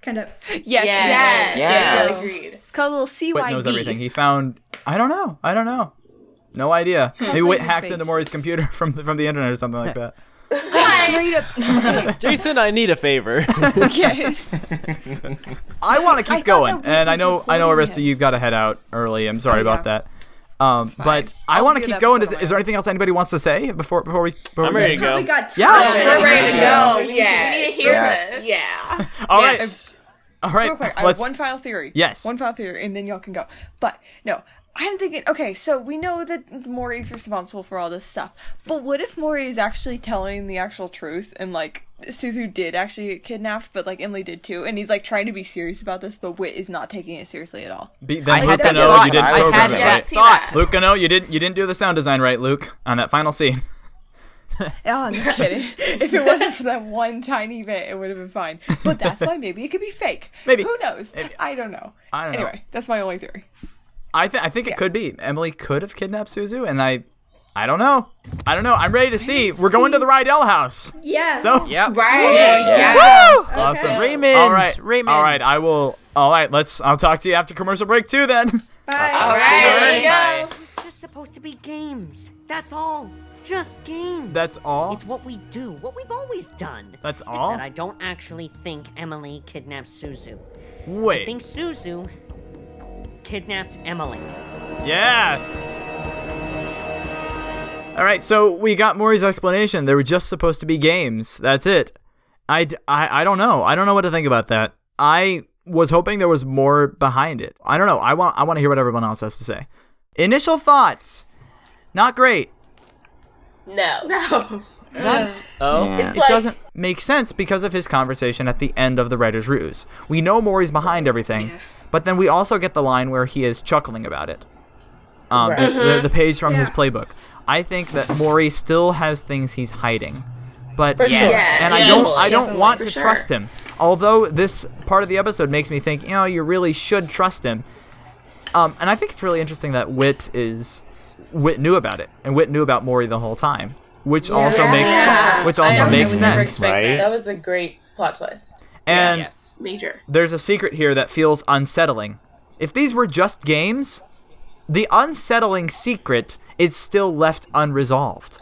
[SPEAKER 4] Kind of.
[SPEAKER 2] Yes.
[SPEAKER 1] Yes. Yes.
[SPEAKER 2] Agreed. It's called a little CYB.
[SPEAKER 1] Wit knows everything. He found. I don't know. I don't know. No idea.
[SPEAKER 2] Hmm.
[SPEAKER 1] Maybe Wit
[SPEAKER 2] Amazing
[SPEAKER 1] hacked into Maury's computer from the, from the internet or something like that.
[SPEAKER 3] Jason, I need a favor.
[SPEAKER 2] yes.
[SPEAKER 1] I want to keep going, and I know I know Arista, you've got to head out early. I'm sorry about that. Um, but I want to keep going. Is, is there anything else anybody wants to say before before we? Before
[SPEAKER 3] I'm
[SPEAKER 1] we
[SPEAKER 3] ready to go. We
[SPEAKER 4] got
[SPEAKER 1] Yeah,
[SPEAKER 4] time. We're
[SPEAKER 2] ready to
[SPEAKER 1] Yeah.
[SPEAKER 2] go. Yeah.
[SPEAKER 5] We need to hear
[SPEAKER 1] Yeah.
[SPEAKER 5] this. Yeah.
[SPEAKER 1] All right.
[SPEAKER 2] Yes.
[SPEAKER 1] All right.
[SPEAKER 2] Real quick, I have
[SPEAKER 1] let's.
[SPEAKER 2] one final theory.
[SPEAKER 1] Yes.
[SPEAKER 2] One final theory, and then y'all can go. But no, I'm thinking. Okay, so we know that Maury's responsible for all this stuff, but what if Maury is actually telling the actual truth and like Suzu did actually get kidnapped, but like Emily did too, and he's like trying to be serious about this, but Wit is not taking it seriously at all.
[SPEAKER 1] Be,
[SPEAKER 2] I
[SPEAKER 1] then
[SPEAKER 2] had
[SPEAKER 1] Luke
[SPEAKER 2] that
[SPEAKER 1] and O,
[SPEAKER 2] thought.
[SPEAKER 1] you didn't
[SPEAKER 2] I had
[SPEAKER 1] program it
[SPEAKER 2] that
[SPEAKER 1] right.
[SPEAKER 2] thought.
[SPEAKER 1] Luke and O, you didn't you didn't do the sound design right, Luke, on that final scene.
[SPEAKER 2] Oh, I'm not kidding. if it wasn't for that one tiny bit, it would have been fine. But that's why maybe it could be fake.
[SPEAKER 1] Maybe.
[SPEAKER 2] Who knows? I don't know.
[SPEAKER 1] I don't know.
[SPEAKER 2] anyway, that's my only theory.
[SPEAKER 1] I think I think it could be Emily could have kidnapped Suzu, and I, I don't know. I don't know. I'm ready to see. We're going to the Rydell house.
[SPEAKER 4] Yes.
[SPEAKER 1] So
[SPEAKER 4] Yep.
[SPEAKER 5] Right.
[SPEAKER 4] Yes.
[SPEAKER 5] Yeah.
[SPEAKER 1] Woo!
[SPEAKER 4] Okay.
[SPEAKER 1] Awesome.
[SPEAKER 4] Raymond,
[SPEAKER 1] All right.
[SPEAKER 4] Raymond.
[SPEAKER 1] All right. I will. All right. Let's. I'll talk to you after commercial break too. Then.
[SPEAKER 5] All right. Let's
[SPEAKER 10] It was just supposed to be games. That's all. Just games.
[SPEAKER 1] That's all.
[SPEAKER 10] It's what we do, what we've always done.
[SPEAKER 1] That's
[SPEAKER 10] Is
[SPEAKER 1] all?
[SPEAKER 10] that I don't actually think Emily kidnapped Suzu. I
[SPEAKER 1] Wait.
[SPEAKER 10] think Suzu kidnapped Emily.
[SPEAKER 1] Yes. All right. So we got Maury's explanation. They were just supposed to be games. That's it. I, d- I, I don't know. I don't know what to think about that. I was hoping there was more behind it. I don't know. I want I want to hear what everyone else has to say. Initial thoughts. Not great.
[SPEAKER 5] No. No.
[SPEAKER 1] That's
[SPEAKER 3] oh,
[SPEAKER 5] It's
[SPEAKER 1] it
[SPEAKER 5] like-
[SPEAKER 1] doesn't make sense because of his conversation at the end of the writer's ruse. We know Maury's behind everything, but then we also get the line where he is chuckling about it. Um,
[SPEAKER 13] Right.
[SPEAKER 1] the, the,
[SPEAKER 13] Mhm.
[SPEAKER 1] the page from his playbook. I think that Maury still has things he's hiding, but
[SPEAKER 13] For Yes. sure. Yes.
[SPEAKER 1] and I
[SPEAKER 13] Yes.
[SPEAKER 1] don't I don't
[SPEAKER 13] Definitely.
[SPEAKER 1] want
[SPEAKER 13] For
[SPEAKER 1] to
[SPEAKER 13] sure.
[SPEAKER 1] trust him. Although this part of the episode makes me think, you know, you really should trust him. Um, and I think it's really interesting that Wit is Wit knew about it, and Wit knew about Maury the whole time, which also makes which also makes sense,
[SPEAKER 5] That. was a great plot twist.
[SPEAKER 1] And
[SPEAKER 5] Major.
[SPEAKER 1] there's a secret here that feels unsettling. If these were just games, the unsettling secret is still left unresolved.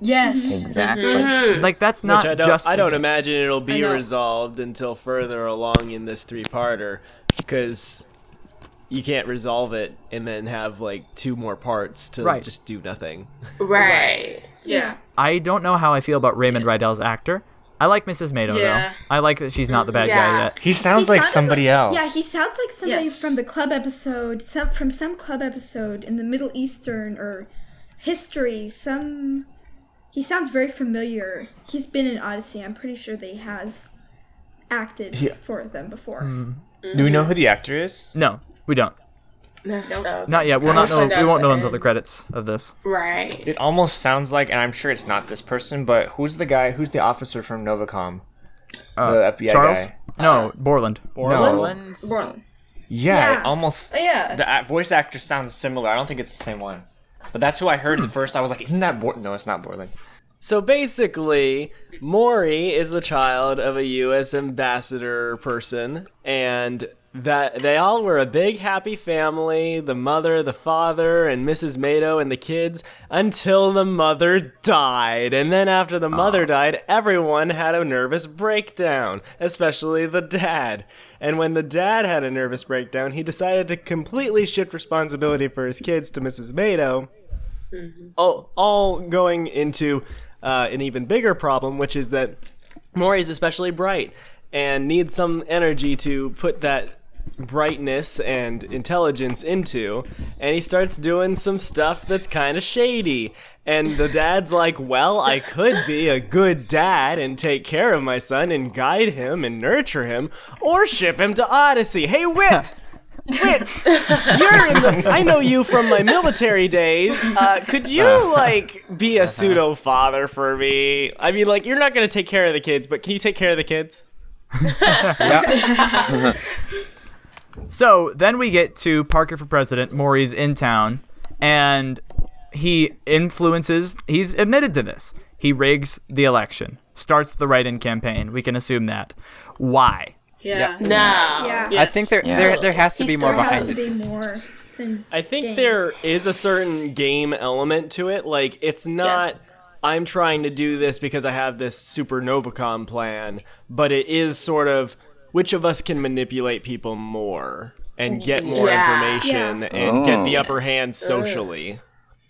[SPEAKER 14] Yes.
[SPEAKER 9] Exactly.
[SPEAKER 1] Mm-hmm.
[SPEAKER 5] Mm-hmm.
[SPEAKER 1] Like that's not
[SPEAKER 3] Which I don't,
[SPEAKER 1] just.
[SPEAKER 3] I don't imagine it'll
[SPEAKER 14] Mm-hmm. I
[SPEAKER 3] be
[SPEAKER 14] know.
[SPEAKER 3] resolved until further along in this three-parter, because you can't resolve it and then have like two more parts to
[SPEAKER 1] Right.
[SPEAKER 3] just do nothing.
[SPEAKER 5] Right.
[SPEAKER 14] Yeah.
[SPEAKER 1] I don't know how I feel about Raymond Rydell's actor. I like Mrs. Mado
[SPEAKER 4] Yeah.
[SPEAKER 1] though. I like that she's not the bad
[SPEAKER 4] Yeah.
[SPEAKER 1] guy yet.
[SPEAKER 6] He sounds
[SPEAKER 4] He like sounded
[SPEAKER 6] somebody
[SPEAKER 4] Yeah, he sounds like somebody
[SPEAKER 14] Yes.
[SPEAKER 4] from the club episode, some from some club episode in the Middle Eastern or history. Some he sounds very familiar. He's been in Odyssey. I'm pretty sure that he has acted
[SPEAKER 6] Yeah.
[SPEAKER 4] for them before.
[SPEAKER 6] Mm. Do we know who the actor is?
[SPEAKER 1] No, we don't.
[SPEAKER 5] No, no.
[SPEAKER 1] Not yet. We'll
[SPEAKER 5] I'll
[SPEAKER 1] not know.
[SPEAKER 5] find
[SPEAKER 1] We
[SPEAKER 5] out
[SPEAKER 1] won't know
[SPEAKER 5] then.
[SPEAKER 1] until the credits of this.
[SPEAKER 5] Right.
[SPEAKER 6] It almost sounds like, and I'm sure it's not this person, but who's the guy? Who's the officer from Novacom?
[SPEAKER 1] Uh,
[SPEAKER 6] the FBI
[SPEAKER 1] Charles?
[SPEAKER 6] guy.
[SPEAKER 1] No, Borland.
[SPEAKER 6] Borland?
[SPEAKER 13] Borland.
[SPEAKER 6] Yeah,
[SPEAKER 13] Yeah.
[SPEAKER 6] It almost.
[SPEAKER 13] Oh, yeah.
[SPEAKER 6] The uh, voice actor sounds similar. I don't think it's the same one, but that's who I heard at first. I was like, "Isn't that Borland?" No, it's not Borland.
[SPEAKER 3] So basically, Maury is the child of a U.S. ambassador person, and that they all were a big happy family the mother, the father, and Mrs. Mado and the kids until the mother died. And then after the mother died, everyone had a nervous breakdown, especially the dad. And when the dad had a nervous breakdown, he decided to completely shift responsibility for his kids to Mrs. Mado all, all going into uh, an even bigger problem, which is that Maury is especially bright and needs some energy to put that brightness and intelligence into. And he starts doing some stuff that's kind of shady. And the dad's like, Well, I could be a good dad and take care of my son and guide him and nurture him, or ship him to Odyssey. Hey, Wit! Wit! You're in the. I know you from my military days. Uh, could you
[SPEAKER 7] Uh.
[SPEAKER 3] like be a pseudo father for me? I mean, like you're not gonna take care of the kids, but can you take care of the kids?
[SPEAKER 1] So then we get to Parker for President. Maury's in town, and he influences. He's admitted to this. He rigs the election, starts the write-in campaign. We can assume that. Why?
[SPEAKER 4] Yeah.
[SPEAKER 8] No. Yeah.
[SPEAKER 3] I think there- there- there has to
[SPEAKER 4] He
[SPEAKER 3] be more
[SPEAKER 4] still has
[SPEAKER 3] behind
[SPEAKER 4] to
[SPEAKER 3] it.
[SPEAKER 4] be more than
[SPEAKER 3] I think
[SPEAKER 4] games.
[SPEAKER 3] there is a certain game element to it. Like it's not I'm trying to do this because I have this super Novacom plan, but it is sort of which of us can manipulate people more and get more
[SPEAKER 5] Mm-hmm. Yeah.
[SPEAKER 3] information
[SPEAKER 5] Yeah.
[SPEAKER 3] and get the
[SPEAKER 5] Oh.
[SPEAKER 3] upper hand socially.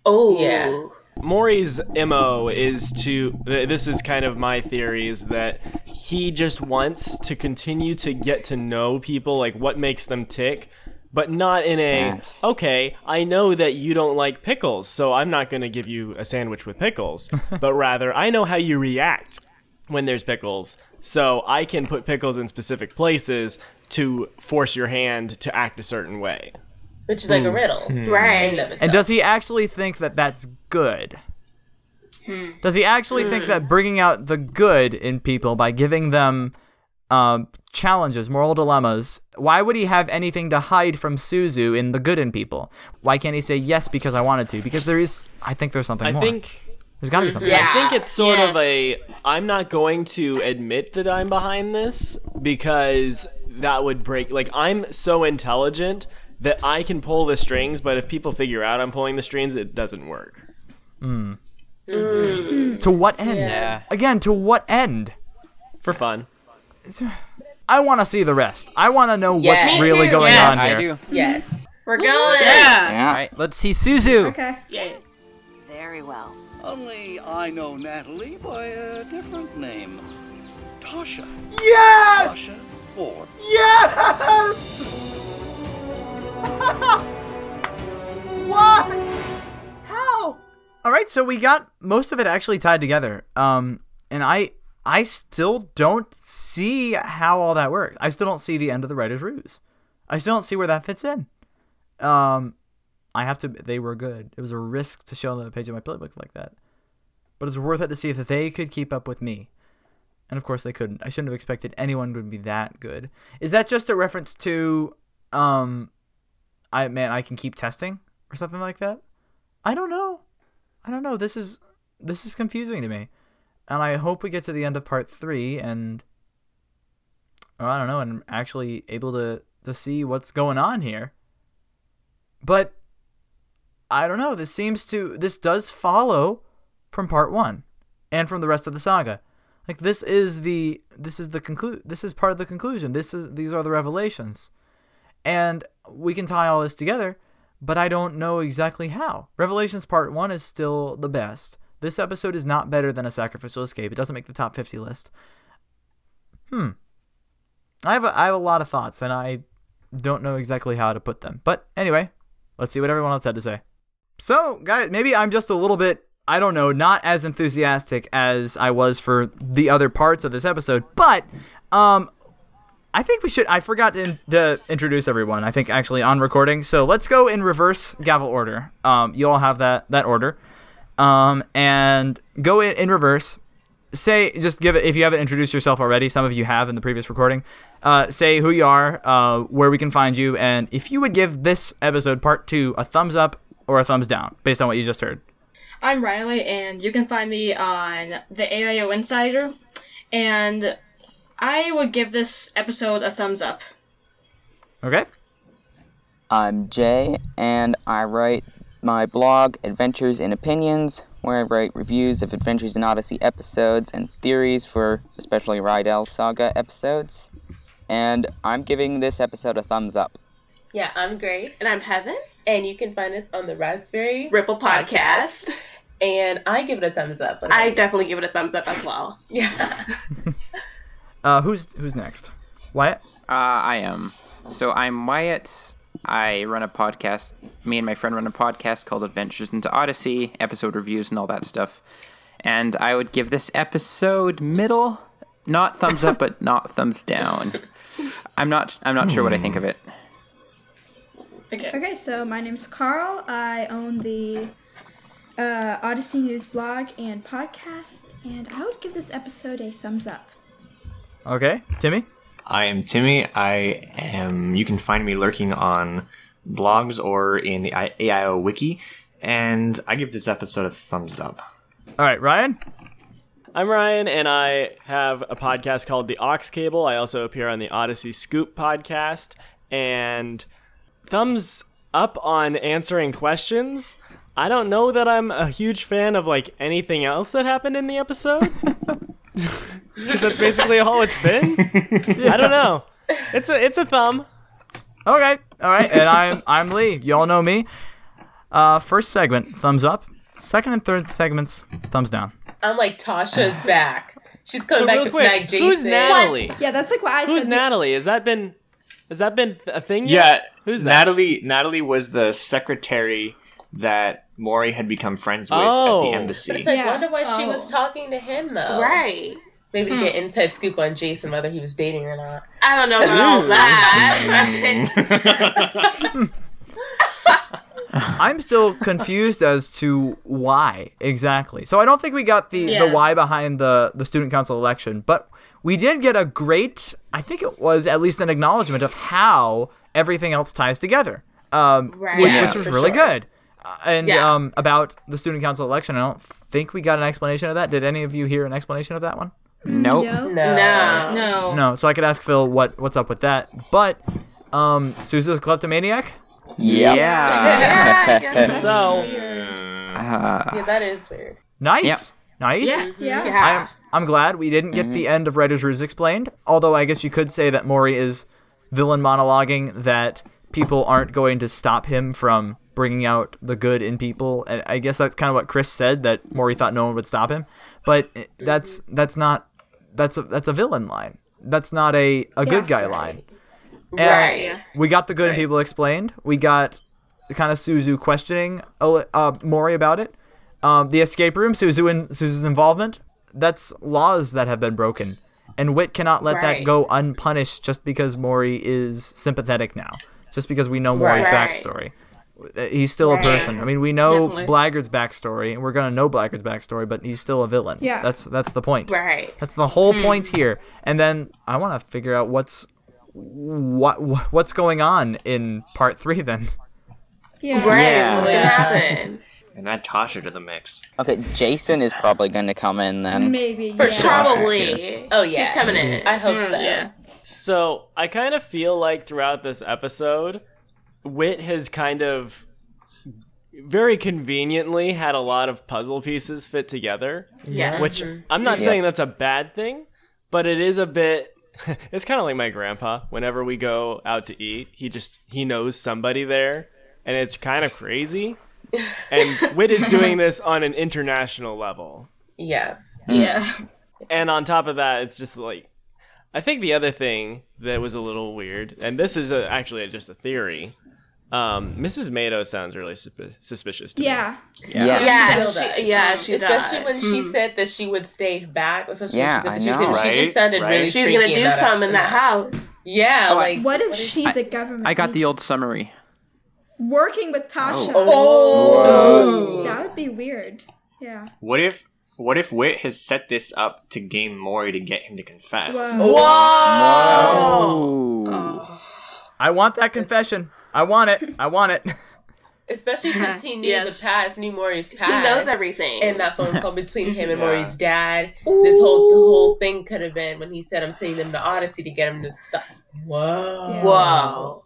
[SPEAKER 5] Oh.
[SPEAKER 3] Yeah. Maury's MO is to th- this is kind of my theory is that he just wants to continue to get to know people like what makes them tick but not in a okay I know that you don't like pickles so I'm not going to give you a sandwich with pickles but rather I know how you react when there's pickles so I can put pickles in specific places to force your hand to act a certain way
[SPEAKER 5] Which is like a
[SPEAKER 3] Hmm.
[SPEAKER 5] riddle.
[SPEAKER 3] Hmm.
[SPEAKER 5] Right. And,
[SPEAKER 1] And does he actually think that that's good? Does he actually think
[SPEAKER 5] Hmm.
[SPEAKER 1] that bringing out the good in people by giving them um, challenges, moral dilemmas, why would he have anything to hide from Suzu in the good in people? Why can't he say yes because I wanted to? Because there is, I think there's something
[SPEAKER 3] I
[SPEAKER 1] more.
[SPEAKER 3] think-
[SPEAKER 1] there's got to be something.
[SPEAKER 3] I
[SPEAKER 1] more.
[SPEAKER 3] think it's sort of a I'm not going to admit that I'm behind this because that would break like I'm so intelligent that I can pull the strings, but if people figure out I'm pulling the strings, it doesn't work.
[SPEAKER 1] Mm. To what end?
[SPEAKER 3] Yeah.
[SPEAKER 1] Again, to what end?
[SPEAKER 3] For fun.
[SPEAKER 1] I want to see the rest. I want to know what's really going on here.
[SPEAKER 5] Yes.
[SPEAKER 13] We're
[SPEAKER 5] going.
[SPEAKER 7] Yeah.
[SPEAKER 1] Yeah.
[SPEAKER 7] All right, let's see Suzu.
[SPEAKER 13] Yes. Very well.
[SPEAKER 11] Only I know Natalie by a different name. Tasha.
[SPEAKER 13] Yes!
[SPEAKER 11] Tasha Ford.
[SPEAKER 13] Yes!
[SPEAKER 1] what? How? All right, so we got most of it actually tied together. Um, and I I still don't see how all that works. I still don't see the end of the writer's ruse. I still don't see where that fits in. Um, I have to. They were good. It was a risk to show them the page of my playbook like that, but it's worth it to see if they could keep up with me. And of course they couldn't. I shouldn't have expected anyone would be that good. Is that just a reference to, um, I man, I can keep testing or something like that? I don't know. I don't know. This is this is confusing to me, and I hope we get to the end of part three and, or I don't know, and I'm actually able to to see what's going on here. But I don't know. This seems to this does follow from part one and from the rest of the saga. Like this is the this is the conclude this is part of the conclusion. This is these are the revelations. And we can tie all this together, but I don't know exactly how. Revelations part 1 is still the best. This episode is not better than a sacrificial escape. It doesn't make the top 50 list. Hmm. I have a, I have a lot of thoughts and I don't know exactly how to put them. But anyway, let's see what everyone else had to say. So, guys, maybe I'm just a little bit, I don't know, not as enthusiastic as I was for the other parts of this episode, but um I think we should. I forgot to, in, to introduce everyone. I think actually on recording. So let's go in reverse gavel order. Um, you all have that that order, um, and go in, in reverse. Say just give it if you haven't introduced yourself already. Some of you have in the previous recording. Uh, say who you are, uh, where we can find you, and if you would give this episode part two a thumbs up or a thumbs down based on what you just heard.
[SPEAKER 14] I'm Riley, and you can find me on the AIO Insider. And I would give this episode a thumbs up.
[SPEAKER 1] Okay.
[SPEAKER 9] I'm Jay, and I write my blog, Adventures and Opinions, where I write reviews of Adventures in Odyssey episodes and theories for especially Rydell Saga episodes. And I'm giving this episode a thumbs up.
[SPEAKER 8] Yeah, I'm Grace. And I'm Heaven. And you can find us on the Raspberry Ripple Podcast. And I give it a thumbs up. What about
[SPEAKER 5] I
[SPEAKER 8] you?
[SPEAKER 5] definitely give it a thumbs up as well.
[SPEAKER 8] Yeah.
[SPEAKER 1] Uh, who's who's next? Wyatt.
[SPEAKER 15] Uh, I am. So I'm Wyatt. I run a podcast. Me and my friend run a podcast called Adventures into Odyssey, episode reviews and all that stuff. And I would give this episode middle, not thumbs up, but not thumbs down. I'm not. I'm not sure what I think of it.
[SPEAKER 4] Okay. Okay, so my name's Carl. I own the uh, Odyssey News blog and podcast, and I would give this episode a thumbs up.
[SPEAKER 1] Okay, Timmy.
[SPEAKER 6] I am Timmy. I am. You can find me lurking on blogs or in the I- AIO wiki, and I give this episode a thumbs up.
[SPEAKER 1] All right, Ryan.
[SPEAKER 3] I'm Ryan, and I have a podcast called The Ox Cable. I also appear on the Odyssey Scoop podcast. And thumbs up on answering questions. I don't know that I'm a huge fan of like anything else that happened in the episode. 'Cause that's basically all it's been. I don't know. It's a it's a thumb.
[SPEAKER 1] Okay. All right, and I'm I'm Lee. Y'all know me. Uh, first segment, thumbs up. Second and third segments, thumbs down.
[SPEAKER 8] I'm like, Tasha's back. She's coming
[SPEAKER 3] So
[SPEAKER 8] back
[SPEAKER 3] real
[SPEAKER 8] to
[SPEAKER 3] quick,
[SPEAKER 8] snag Jason.
[SPEAKER 3] who's Natalie?
[SPEAKER 4] Yeah, that's like what I
[SPEAKER 3] Who's
[SPEAKER 4] said.
[SPEAKER 3] Natalie? Has that been has that been a thing
[SPEAKER 6] Yeah,
[SPEAKER 3] yet? Who's that?
[SPEAKER 6] Natalie? Natalie was the secretary that Maury had become friends with at
[SPEAKER 3] Oh.
[SPEAKER 6] the embassy.
[SPEAKER 8] But it's like,
[SPEAKER 5] Yeah.
[SPEAKER 8] wonder why she
[SPEAKER 5] Oh.
[SPEAKER 8] was talking to him though.
[SPEAKER 5] Right.
[SPEAKER 8] Maybe
[SPEAKER 5] Hmm.
[SPEAKER 8] to get inside scoop on Jason whether he was dating or not.
[SPEAKER 5] I don't know about all that.
[SPEAKER 1] I'm still confused as to why exactly. So I don't think we got the,
[SPEAKER 5] Yeah.
[SPEAKER 1] the why behind the, the student council election, but we did get a great, I think it was at least an acknowledgement of how everything else ties together, um,
[SPEAKER 5] Right.
[SPEAKER 1] which,
[SPEAKER 5] Yeah,
[SPEAKER 1] which was
[SPEAKER 5] for
[SPEAKER 1] really
[SPEAKER 5] sure.
[SPEAKER 1] good. Uh, and
[SPEAKER 5] Yeah.
[SPEAKER 1] um, about the student council election, I don't think we got an explanation of that. Did any of you hear an explanation of that one?
[SPEAKER 15] Nope.
[SPEAKER 4] No.
[SPEAKER 8] No.
[SPEAKER 5] No.
[SPEAKER 1] No, so I could ask Phil what what's up with that. But um Sousa's kleptomaniac?
[SPEAKER 15] Yeah.
[SPEAKER 3] so
[SPEAKER 8] Yeah, that is weird.
[SPEAKER 1] nice.
[SPEAKER 8] Yep.
[SPEAKER 1] Nice.
[SPEAKER 8] Yeah. Mm-hmm. Yeah.
[SPEAKER 1] I'm I'm glad we didn't get the end of Writer's Ruse explained, although I guess you could say that Maury is villain monologuing that people aren't going to stop him from bringing out the good in people. And I guess that's kind of what Chris said that Maury thought no one would stop him, but it- that's that's not that's a that's a villain line. That's not a a good guy line. And
[SPEAKER 5] Right.
[SPEAKER 1] We got the good in people explained. We got kind of Suzu questioning uh, uh, Mori about it. Um, the escape room, Suzu and Suzu's involvement. That's laws that have been broken, and Wit cannot let
[SPEAKER 5] Right.
[SPEAKER 1] that go unpunished just because Mori is sympathetic now. Just because we know Mori's
[SPEAKER 5] Right.
[SPEAKER 1] backstory, Uh, he's still
[SPEAKER 5] Right.
[SPEAKER 1] a person. I mean, we know
[SPEAKER 5] Definitely.
[SPEAKER 1] Blackguard's backstory, and we're gonna know Blackguard's backstory, but he's still a villain.
[SPEAKER 5] Yeah.
[SPEAKER 1] that's that's the point.
[SPEAKER 5] Right.
[SPEAKER 1] That's the whole
[SPEAKER 5] Hmm.
[SPEAKER 1] point here. And then I want to figure out what's what what's going on in part three. Then
[SPEAKER 4] Yeah.
[SPEAKER 5] Right.
[SPEAKER 9] Yeah.
[SPEAKER 5] What happened?
[SPEAKER 6] And add Tasha to the mix.
[SPEAKER 9] Okay, Jason is probably going to come in then.
[SPEAKER 4] Maybe.
[SPEAKER 5] For
[SPEAKER 9] yeah.
[SPEAKER 5] sure.
[SPEAKER 9] Probably.
[SPEAKER 5] Probably.
[SPEAKER 8] Oh, yeah.
[SPEAKER 5] He's coming in.
[SPEAKER 8] I hope
[SPEAKER 5] Mm,
[SPEAKER 8] so.
[SPEAKER 5] Yeah.
[SPEAKER 3] So I kind of feel like throughout this episode, Wit has kind of very conveniently had a lot of puzzle pieces fit together.
[SPEAKER 5] Yeah.
[SPEAKER 3] Which
[SPEAKER 8] Mm-hmm.
[SPEAKER 5] Mhm.
[SPEAKER 3] I'm not
[SPEAKER 5] Yeah.
[SPEAKER 3] saying that's a bad thing, but it is a bit. it's kind of like my grandpa. Whenever we go out to eat, he just he knows somebody there, and it's kind of crazy. And Wit is doing this on an international level.
[SPEAKER 8] Yeah.
[SPEAKER 14] Yeah.
[SPEAKER 15] Hmm.
[SPEAKER 3] And on top of that, it's just like I think the other thing that was a little weird, and this is a, actually just a theory, Um, Mrs. Mado sounds really suspi- suspicious to
[SPEAKER 4] Yeah.
[SPEAKER 3] me.
[SPEAKER 5] Yeah. Yeah,
[SPEAKER 8] Feel
[SPEAKER 5] she-
[SPEAKER 8] that.
[SPEAKER 5] yeah, she
[SPEAKER 8] um, especially
[SPEAKER 5] does.
[SPEAKER 8] when she
[SPEAKER 5] Mm.
[SPEAKER 8] said that she would stay back. Especially
[SPEAKER 15] Yeah,
[SPEAKER 8] when
[SPEAKER 15] I
[SPEAKER 8] she said that she,
[SPEAKER 15] know.
[SPEAKER 8] was- she
[SPEAKER 15] Right,
[SPEAKER 8] just sounded
[SPEAKER 15] right.
[SPEAKER 8] really.
[SPEAKER 5] She's gonna
[SPEAKER 8] freaky
[SPEAKER 5] do something in that house.
[SPEAKER 8] Yeah,
[SPEAKER 15] Oh, I-
[SPEAKER 8] like
[SPEAKER 4] What if she's a government?
[SPEAKER 15] I got the old summary.
[SPEAKER 4] working with Tasha.
[SPEAKER 15] Oh.
[SPEAKER 4] that would be weird. Yeah.
[SPEAKER 6] What if what if Wit has set this up to game Mori to get him to confess?
[SPEAKER 4] Whoa.
[SPEAKER 1] I want that confession. I want it. I want it.
[SPEAKER 8] especially since he knew
[SPEAKER 5] Yes.
[SPEAKER 8] the past, knew Maury's past.
[SPEAKER 5] knows everything.
[SPEAKER 8] And that phone call between him and
[SPEAKER 5] Yeah.
[SPEAKER 8] Maury's dad. This whole the whole thing could have been when he said, "I'm sending them to Odyssey to get him to stop." Whoa,
[SPEAKER 5] Oh.
[SPEAKER 15] Whoa.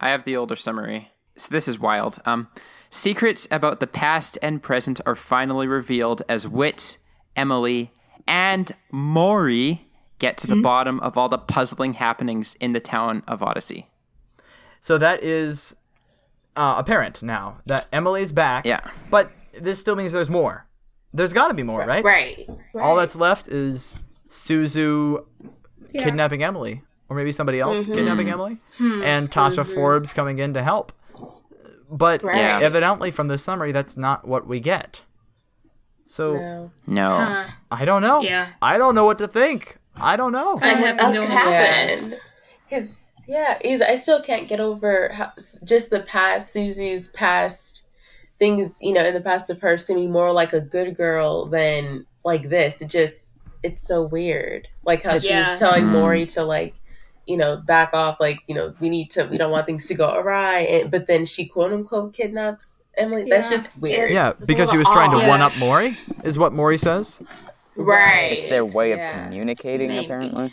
[SPEAKER 15] I have the older summary. So this is wild. Um, secrets about the past and present are finally revealed as Wit, Emily, and Maury get to the bottom of all the puzzling happenings in the town of Odyssey.
[SPEAKER 1] So that is uh, apparent now that Emily's back.
[SPEAKER 15] Yeah.
[SPEAKER 1] But this still means there's more. There's got to be more, right?
[SPEAKER 5] Right.
[SPEAKER 1] All that's left is Suzu
[SPEAKER 5] Yeah.
[SPEAKER 1] kidnapping Emily, or maybe somebody else
[SPEAKER 5] Mhm.
[SPEAKER 1] kidnapping Emily,
[SPEAKER 5] Hmm.
[SPEAKER 1] and Tasha
[SPEAKER 8] Mm-hmm.
[SPEAKER 5] Mhm.
[SPEAKER 1] Forbes coming in to help. But
[SPEAKER 5] Right. Yeah.
[SPEAKER 1] evidently, from this summary, that's not what we get. So
[SPEAKER 5] No.
[SPEAKER 15] No.
[SPEAKER 5] Huh.
[SPEAKER 1] I don't know.
[SPEAKER 5] Yeah.
[SPEAKER 1] I don't know what to think. I don't know.
[SPEAKER 8] I have
[SPEAKER 5] else
[SPEAKER 8] no
[SPEAKER 5] could
[SPEAKER 8] idea.
[SPEAKER 5] happen?
[SPEAKER 8] Because yeah, he's, I still can't get over how, s- just the past Susie's past things. You know, in the past of her seeming more like a good girl than like this. It just it's so weird. Like how she
[SPEAKER 5] Yeah.
[SPEAKER 8] was telling
[SPEAKER 1] Mm-hmm.
[SPEAKER 5] Mm.
[SPEAKER 8] Maury to like you know back off. Like you know we need to we don't want things to go awry. And, but then she quote unquote kidnaps Emily. That's
[SPEAKER 5] Yeah.
[SPEAKER 8] just weird.
[SPEAKER 1] Yeah,
[SPEAKER 8] It's a
[SPEAKER 1] because he
[SPEAKER 8] little
[SPEAKER 1] was trying to
[SPEAKER 8] odd.
[SPEAKER 1] one up Maury, is what Maury says.
[SPEAKER 8] Right.
[SPEAKER 9] It's their way of
[SPEAKER 8] Yeah.
[SPEAKER 9] communicating,
[SPEAKER 8] Maybe.
[SPEAKER 9] apparently.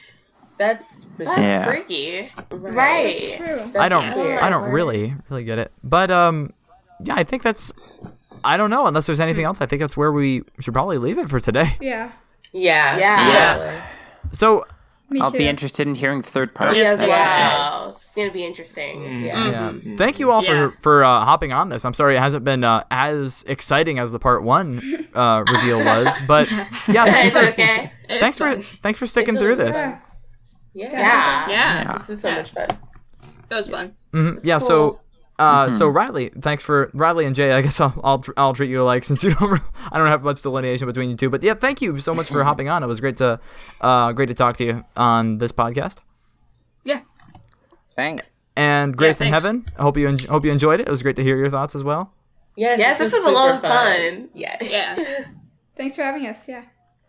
[SPEAKER 8] That's
[SPEAKER 9] That's Yeah.
[SPEAKER 8] freaky. Right.
[SPEAKER 5] Right.
[SPEAKER 1] I don't, I don't really, really get it. But um, yeah, I think that's. I don't know unless there's anything
[SPEAKER 8] Hmm.
[SPEAKER 1] else. I think that's where we should probably leave it for today.
[SPEAKER 4] Yeah.
[SPEAKER 8] Yeah.
[SPEAKER 5] Yeah.
[SPEAKER 1] So
[SPEAKER 4] Me
[SPEAKER 15] I'll
[SPEAKER 4] too.
[SPEAKER 15] be interested in hearing third parts.
[SPEAKER 5] Yes,
[SPEAKER 15] That's for sure.
[SPEAKER 5] wow. It's gonna be interesting.
[SPEAKER 4] Mm-hmm.
[SPEAKER 5] Yeah.
[SPEAKER 1] Mm, Yeah. Thank you all for for uh, hopping on this. I'm sorry it hasn't been uh, as exciting as the part one uh, reveal was, but yeah, thank
[SPEAKER 5] it's
[SPEAKER 1] you for-
[SPEAKER 5] okay.
[SPEAKER 1] thanks for thanks for sticking through this.
[SPEAKER 8] Yeah.
[SPEAKER 5] Yeah.
[SPEAKER 14] Yeah.
[SPEAKER 8] This is so much fun.
[SPEAKER 14] It was fun.
[SPEAKER 1] Mhm. Yeah. So. Uh, So
[SPEAKER 15] Mm-hmm.
[SPEAKER 1] Riley, thanks for Riley and Jay. I guess I'll I'll, tr- I'll treat you alike since you don't re- I don't have much delineation between you two. But yeah, thank you so much for hopping on. It was great to uh, great to talk to you on this podcast.
[SPEAKER 9] Thanks.
[SPEAKER 1] And Grace in
[SPEAKER 9] thanks.
[SPEAKER 1] Heaven, I hope you en- hope you enjoyed it. It was great to hear your thoughts as well.
[SPEAKER 8] Yes.
[SPEAKER 5] Yes, this was a
[SPEAKER 8] super
[SPEAKER 5] lot of fun.
[SPEAKER 8] Yes.
[SPEAKER 14] Yeah.
[SPEAKER 4] Thanks for having us. Yeah.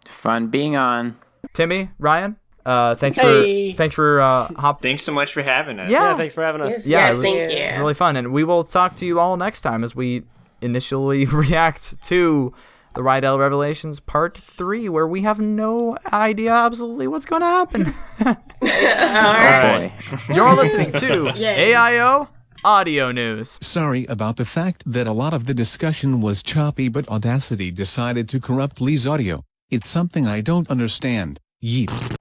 [SPEAKER 15] Fun being on.
[SPEAKER 1] Timmy, Ryan, uh, thanks
[SPEAKER 15] Hey.
[SPEAKER 1] for thanks for uh, hop.
[SPEAKER 6] Thanks so much for having us.
[SPEAKER 1] Yeah.
[SPEAKER 3] thanks for having us.
[SPEAKER 1] yeah, it was,
[SPEAKER 5] thank
[SPEAKER 1] It was
[SPEAKER 5] you.
[SPEAKER 1] really fun, and we will talk to you all next time as we initially react to the Rydell Revelations Part Three, where we have no idea absolutely what's going to happen.
[SPEAKER 15] Oh,
[SPEAKER 1] You're listening to
[SPEAKER 16] Yay.
[SPEAKER 1] AIO Audio News.
[SPEAKER 16] Sorry about the fact that a lot of the discussion was choppy, but Audacity decided to corrupt Lee's audio. It's something I don't understand. Yeet.